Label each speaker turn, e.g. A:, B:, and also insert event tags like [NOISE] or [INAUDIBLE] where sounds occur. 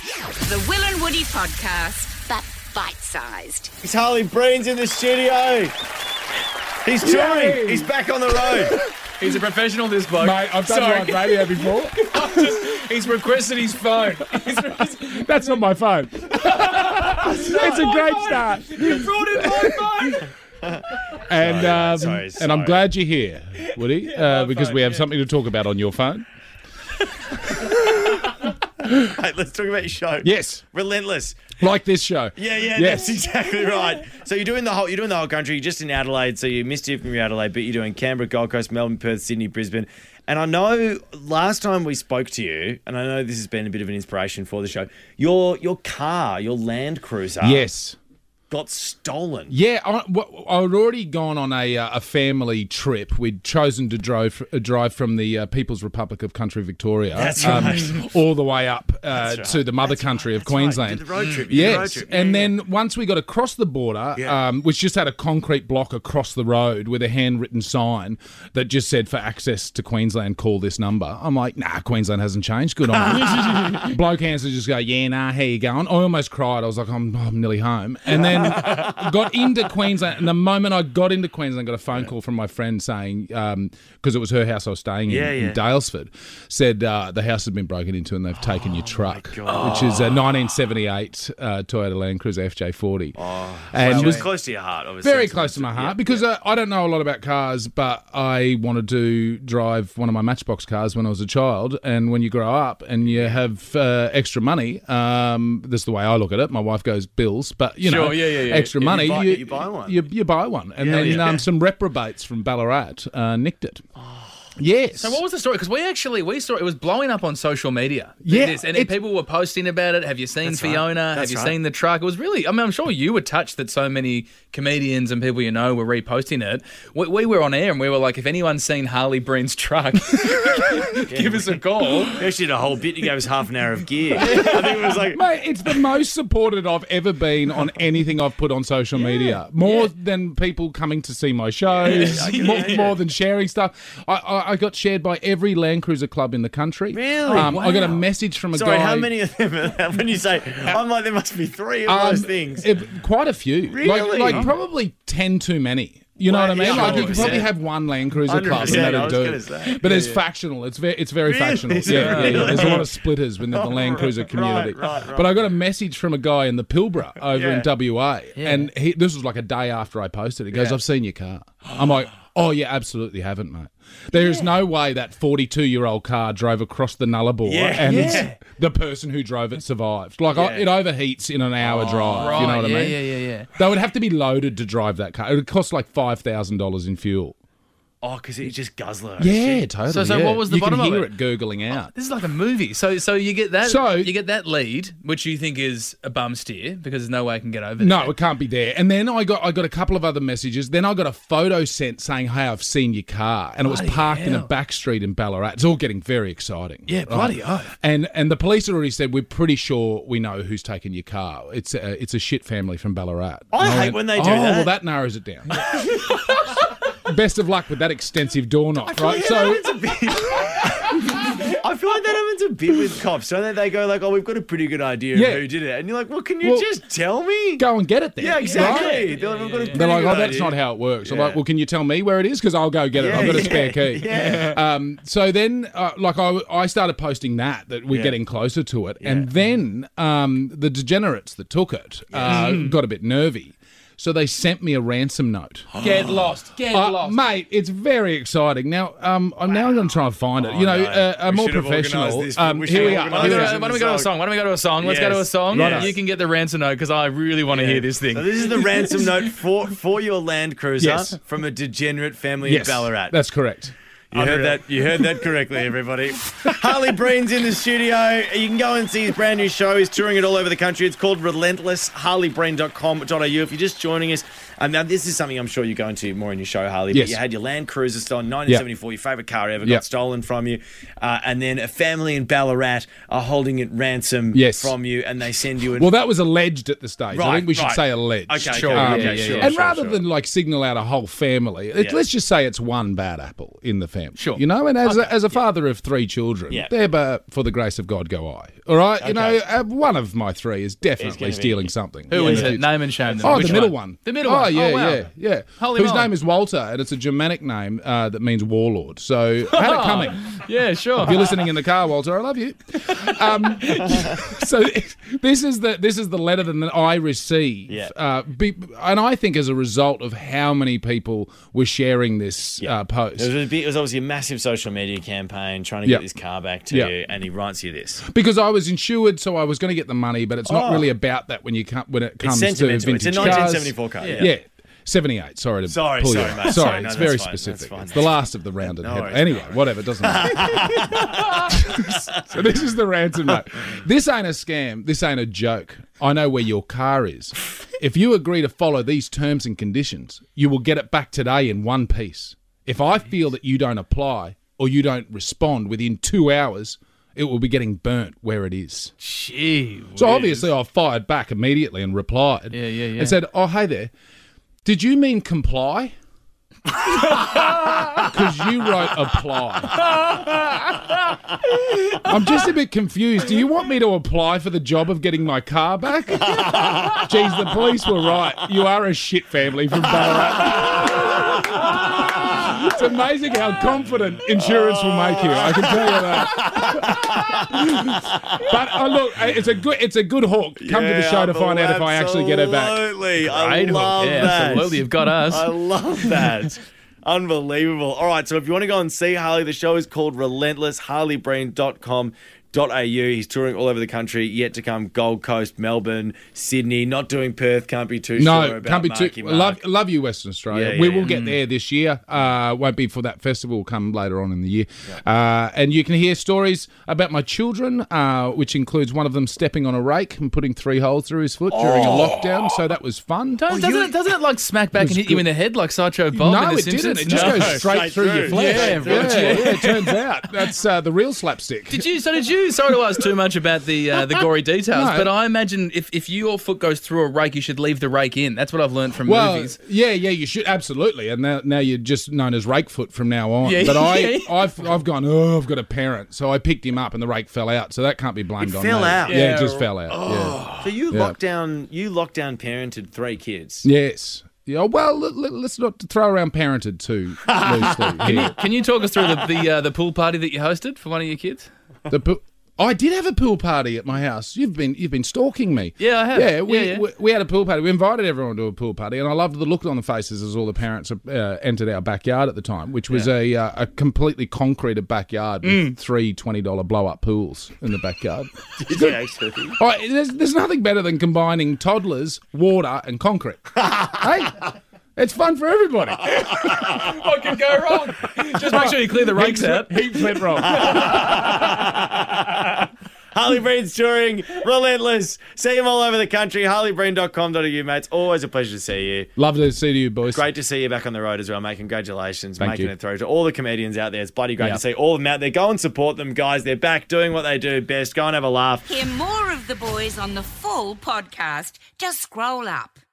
A: The Will and Woody Podcast, but bite sized.
B: It's Harley Breen's in the studio. He's touring.
C: Yay.
B: He's back on the
D: [LAUGHS]
B: road.
C: He's a professional, this bloke.
D: Mate, I've done
C: Sorry.
D: live radio before.
C: [LAUGHS] He's requested his phone. He's
D: That's not my
C: [LAUGHS]
D: phone. it's a great start.
C: brought in my phone.
D: And um,
B: sorry,
D: and I'm
B: sorry.
D: glad you're here, Woody, uh, because
C: phone,
D: we have
C: yeah.
D: something to talk about on your phone.
B: Mate, let's talk about your show.
D: Yes,
B: Relentless.
D: like this show.
B: Yeah, yeah,
D: Yes.
B: that's exactly right. So you're doing the whole you're doing the whole country. You're just in Adelaide, so you missed it from your Adelaide, but you're doing Canberra, Gold Coast, Melbourne, Perth, Sydney, Brisbane. And I know last time we spoke to you, and I know this has been a bit of an inspiration for the show. Your your car, your Land Cruiser,
D: Yes.
B: got stolen.
D: Yeah, I, w- I'd already gone on a, uh, a family trip. We'd chosen to drive, uh, drive from the uh, People's Republic of Country Victoria um,
B: That's right.
D: all the way up uh,
B: right.
D: to the mother country of
B: That's right, you did
D: Queensland.
B: the road trip, you did the road
D: Yes,
B: trip.
D: and then once we got across the border, um, which just had a concrete block across the road with a handwritten sign that just said, "For access to Queensland, call this number." I'm like, "Nah, Queensland hasn't changed. Good on you." Bloke answers, just go, "Yeah, nah, how you going?" I almost cried. I was like, "I'm, I'm nearly home," and then got into Queensland. And the moment I got into Queensland, got a phone call from my friend saying, because it was her house I was staying in,
B: Yeah,
D: in
B: yeah.
D: Dalesford, said uh, the house has been broken into and they've taken your truck, which is a 1978 uh, Toyota Land Cruiser FJ40. and
B: It was
D: was
B: close to your heart, obviously.
D: very close to my heart because uh, I don't know a lot about cars, but I wanted to drive one of my Matchbox cars when I was a child. And when you grow up and you have uh, extra money, um, that's the way I look at it. My wife goes bills, but you know,
C: Sure, yeah, yeah, yeah.
D: extra
C: You
D: money,
B: buy- you buy one.
D: You, you buy one, and then
B: yeah.
D: Um, some reprobates from Ballarat uh, nicked it. Yes.
C: So what was the story? Because we actually we saw it was blowing up on social media.
D: Yeah,
C: This, and
D: it-
C: people were posting about it. Have you seen
B: That's right.
C: Fiona?
B: That's
C: Have you
B: right.
C: seen the truck? It was really. I mean, I'm sure you were touched that so many comedians and people you know were reposting it. We, we were on air and we were like, if anyone's seen Harley Breen's truck, [LAUGHS] give us a call.
B: You actually did a whole bit. You gave us half an hour of
D: [LAUGHS]
B: gear. I think it was like
D: Mate, it's the most supported I've ever been on anything I've put on social media. More than people coming to see my shows, more, more than sharing stuff. I, I, I got shared by every Land Cruiser club in the country.
B: Really?
D: Um, I got a
B: Wow.
D: message from a
B: Sorry,
D: guy.
B: how many of them? Are there? When you say, I'm like, there must be three of
D: um,
B: those things.
D: it- quite a few.
B: Really?
D: Like, like probably 10 too many. You know
B: Wow,
D: what I mean?
B: yeah,
D: like you could probably
B: 100%.
D: have one Land Cruiser club
B: 100%, I
D: and that'll
B: was
D: do.
B: gonna say.
D: But it's factional. It's very, it's very
B: Really?
D: factional. Yeah, yeah, yeah. There's a
B: [LAUGHS]
D: lot of splitters within the Land Cruiser
B: Right,
D: community.
B: right, right.
D: But I got a message from a guy in the Pilbara over
B: Yeah.
D: in WA, and he, this was like a day after I posted. He goes, "I've seen your car." I'm like. Oh yeah, absolutely haven't, mate. There is no way that forty-two-year-old car drove across the Nullarbor
B: Yeah.
D: [LAUGHS] and
B: Yeah.
D: the person who drove it survived. Like I,
B: Yeah.
D: it overheats in an hour drive. you know
C: Oh, Right,
D: what
C: yeah,
D: I mean?
C: Yeah, yeah, yeah.
D: They would have to be loaded to drive that car. It would cost like five thousand dollars in fuel.
B: Oh, because it's just guzzler.
D: Yeah, totally.
C: So- so
D: yeah.
C: what was the
D: you
C: bottom
D: can
C: of
D: hear
C: it?
D: it? gurgling out.
C: This is like a movie. So so you get that
D: So-
C: you get that lead, which you think is a bum steer because there's no way I can get over.
D: No, it can't be there. And then I got I got a couple of other messages. Then I got a photo sent saying, "Hey, I've seen your car," and it was
C: Bloody
D: parked in a
C: hell.
D: back street in Ballarat. It's all getting very exciting.
C: Yeah, bloody oath.
D: And and the police had already said we're pretty sure we know who's taken your car. It's a it's a shit family from Ballarat.
B: I
D: And
B: hate when they do
D: oh,
B: that."
D: Well, that narrows it down. [LAUGHS] Best of luck with that extensive door knock, right?
B: [LAUGHS]
D: So
B: That happens a bit. [LAUGHS] I feel like that happens a bit with cops, don't they? They go like, "Oh, we've got a pretty good idea
D: Yeah.
B: of who did it," and you're like, "Well, can you
D: Well,
B: just tell me?"
D: go and get it then.
B: yeah, exactly.
D: right?
B: They're like, "We've got a pretty
D: They're like,
B: good
D: oh, that's
B: idea."
D: not how it works. I'm
B: Yeah.
D: like, well, can you tell me where it is? Because I'll go get it.
B: Yeah,
D: I've got a
B: yeah,
D: spare key.
B: [LAUGHS] yeah.
D: Um, so then, uh, like, I, I started posting that, that we're
B: Yeah.
D: getting closer to it. And then um, the degenerates that took it uh,
B: Mm.
D: got a bit nervy. So they sent me a ransom
B: [GASPS]
D: note.
C: Get lost. Get
D: Uh, mate, it's very exciting. Now, um, I'm now going to try and find it. you know,
B: Oh, no.
D: uh, a
B: We
D: more
B: should have organised
D: professional.
B: this.
D: um,
B: We should
D: here we
B: have
D: are.
C: Why
B: organised
C: don't,
D: Here we
C: we
B: this.
C: go,
D: are.
C: why don't we go to a song? Why don't we go to a song? Let's go to a
B: Yes.
C: song.
B: Yes.
C: You can get the ransom note because I really want to hear this thing.
B: So this is the ransom note for for your Land Cruiser
D: Yes.
B: from a degenerate family
D: Yes,
B: in Ballarat.
D: that's correct.
B: You heard that. You heard that correctly, everybody. [LAUGHS] Harley Breen's in the studio. You can go and see his brand new show. He's touring it all over the country. It's called Relentless. HarleyBreen.com.au. If you're just joining us, um, now this is something I'm sure you go into more in your show, Harley.
D: Yes.
B: But you had your Land Cruiser stolen, 1974. Your favorite car ever got
D: Yep.
B: stolen from you, uh, and then a family in Ballarat are holding it ransom
D: Yes.
B: from you, and they send you. An,
D: Well, that was alleged at the stage. I
B: Right,
D: think we should
B: right.
D: say alleged.
B: okay, okay,
C: sure,
B: okay,
C: yeah,
B: sure,
C: yeah,
B: sure,
D: Um, and
B: sure,
D: rather
B: sure.
D: than like signal out a whole family, it,
B: Yeah.
D: let's just say it's one bad apple in the them.
C: Sure.
D: You know, and as, a, as a father of three children,
B: Yeah.
D: there but for the grace of God go I. All right? You know,
B: Okay.
D: uh, one of my three is definitely
B: be-
D: stealing something.
C: Who
D: Yeah.
C: is
D: Yeah.
C: it? Name and shame them.
D: Oh,
C: Which
D: the middle one.
C: The middle
D: oh,
C: one.
D: yeah,
C: oh, wow.
D: yeah, yeah.
C: Holy
D: Whose
C: moly.
D: name is Walter, and it's a Germanic name uh, that means warlord. So I
C: [LAUGHS]
D: had it coming.
C: Yeah, sure.
D: If you're listening in the car, Walter, I love you. Um, [LAUGHS] so this is the this is the letter that I receive,
B: Yeah.
D: uh, be, and I think as a result of how many people were sharing this
B: Yeah.
D: uh,
B: It was,
D: post,
B: a bit, it was obviously a massive social media campaign trying to
D: Yeah.
B: get this car back to
D: Yeah.
B: you, and he writes you this.
D: because I was insured, so I was going to get the money, but it's not
B: Oh.
D: really about that when you come, when it comes
B: It's
D: to vintage
B: sentimental. It's a
D: cars.
B: 1974 car. Yeah.
D: Yeah. 78. Sorry to
B: Sorry,
D: pull
B: sorry,
D: you.
B: mate.
D: Sorry,
B: Sorry, no, that's
D: it's very
B: fine, that's
D: specific.
B: fine.
D: It's the last of the round and
B: No
D: head.
B: worries,
D: Anyway, whatever, doesn't matter.
B: [LAUGHS]
D: so this is the ransom note. This ain't a scam. This ain't a joke. I know where your car is. If you agree to follow these terms and conditions, you will get it back today in one piece. If I feel that you don't apply or you don't respond within two hours, it will be getting burnt where it is.
C: Gee.
D: So
C: whiz.
D: obviously, I fired back immediately and replied.
C: Yeah, yeah, yeah.
D: And said, "Oh, hey there. Did you mean
C: [LAUGHS]
D: comply? Because you wrote apply. I'm just a bit confused. Do you want me to apply for the job of getting my car back? Jeez, the police were right. You are a shit family from Ballarat." It's amazing how confident insurance will make you. I can tell you that. But oh, look, it's a good it's a good hook. Come to the
B: Yeah,
D: show to find out if I actually get it back.
B: Absolutely. I
C: Great hook.
B: love
C: yeah,
B: that.
C: Absolutely, you've got us.
B: I love [LAUGHS] that. Unbelievable. All right, so if you want to go and see Harley, the show is called Relentless, harleybrain.com.au. He's touring all over the country, yet to come Gold Coast, Melbourne, Sydney, not doing Perth, can't be too sure
D: No,
B: about
D: can't be
B: Marky
D: too.
B: Mark.
D: Love, love you, Western Australia.
B: Yeah,
D: we
B: yeah, Mm.
D: will
B: yeah.
D: get there this year. Uh, won't be for that festival. will Come later on in the year, uh, and you can hear stories about my children, uh, which includes one of them stepping on a rake and putting three holes through his foot during a lockdown. So that was fun.
C: Don't, doesn't,
B: Oh. you-
C: it, doesn't it like smack back and hit you in the head like Sideshow Bob?
D: no,
C: in the
D: it
C: Simpsons?
D: didn't. It just
C: No.
D: goes straight,
B: Straight
D: through, your
B: through.
D: flesh.
C: Yeah, right.
D: yeah, yeah, it turns out that's uh, the real slapstick.
C: Did you? So did you? Sorry to ask too much about the uh, the
D: [LAUGHS]
C: gory details,
D: No.
C: but I imagine if, if your foot goes through a rake, you should leave the rake in. That's what I've learned from
D: Well,
C: movies.
D: yeah, yeah, you should absolutely. And now, now you're just known as Rakefoot from now on.
C: [LAUGHS] Yeah,
D: but I,
C: yeah.
D: I've, I've gone. Oh, I've got a parent, so I picked him up, and the rake fell out. So that can't be blamed
B: It
D: on
B: fell
D: me.
B: out.
D: Yeah,
C: Yeah. Oh.
D: it just fell out. Yeah.
B: So you
D: Yeah.
B: lockdown, you lockdown parented three kids.
D: Yes. Yeah. Well, let, let, us not throw around parented
C: [LAUGHS]
D: too loosely. here.
C: Can you talk us through the the, uh, the pool party that you hosted for one of your kids?
D: The pool- I did have a pool party at my house. You've been you've been stalking me.
C: Yeah, I have.
D: Yeah, we,
C: Yeah, yeah.
D: We, we had a pool party. We invited everyone to a pool party, and I loved the look on the faces as all the parents uh, entered our backyard at the time, which was a uh, a completely concreted backyard with
C: Mm.
D: three twenty dollar blow up pools in the
C: [LAUGHS]
D: backyard.
B: Did
D: [LAUGHS]
B: you actually?
D: All right, there's, there's nothing better than combining toddlers, water, and
C: [LAUGHS]
D: concrete. hey, it's fun for everybody.
C: What could go wrong? Just make sure you clear [LAUGHS] the rakes out.
D: Heaps went
C: [LAUGHS]
D: wrong.
B: [LAUGHS] Harley Breen's touring, relentless. See him all over the country. HarleyBreen.com.au, mates. Always a pleasure to see you.
D: Love to see you, boys.
B: Great to see you back on the road as well, mate. Congratulations,
D: Thank
B: making
D: you.
B: it through to all the comedians out there. It's bloody great
D: Yeah.
B: to see all of them out there. Go and support them, guys. They're back doing what they do best. Go and have a laugh.
A: Hear more of the boys on the full podcast. Just scroll up.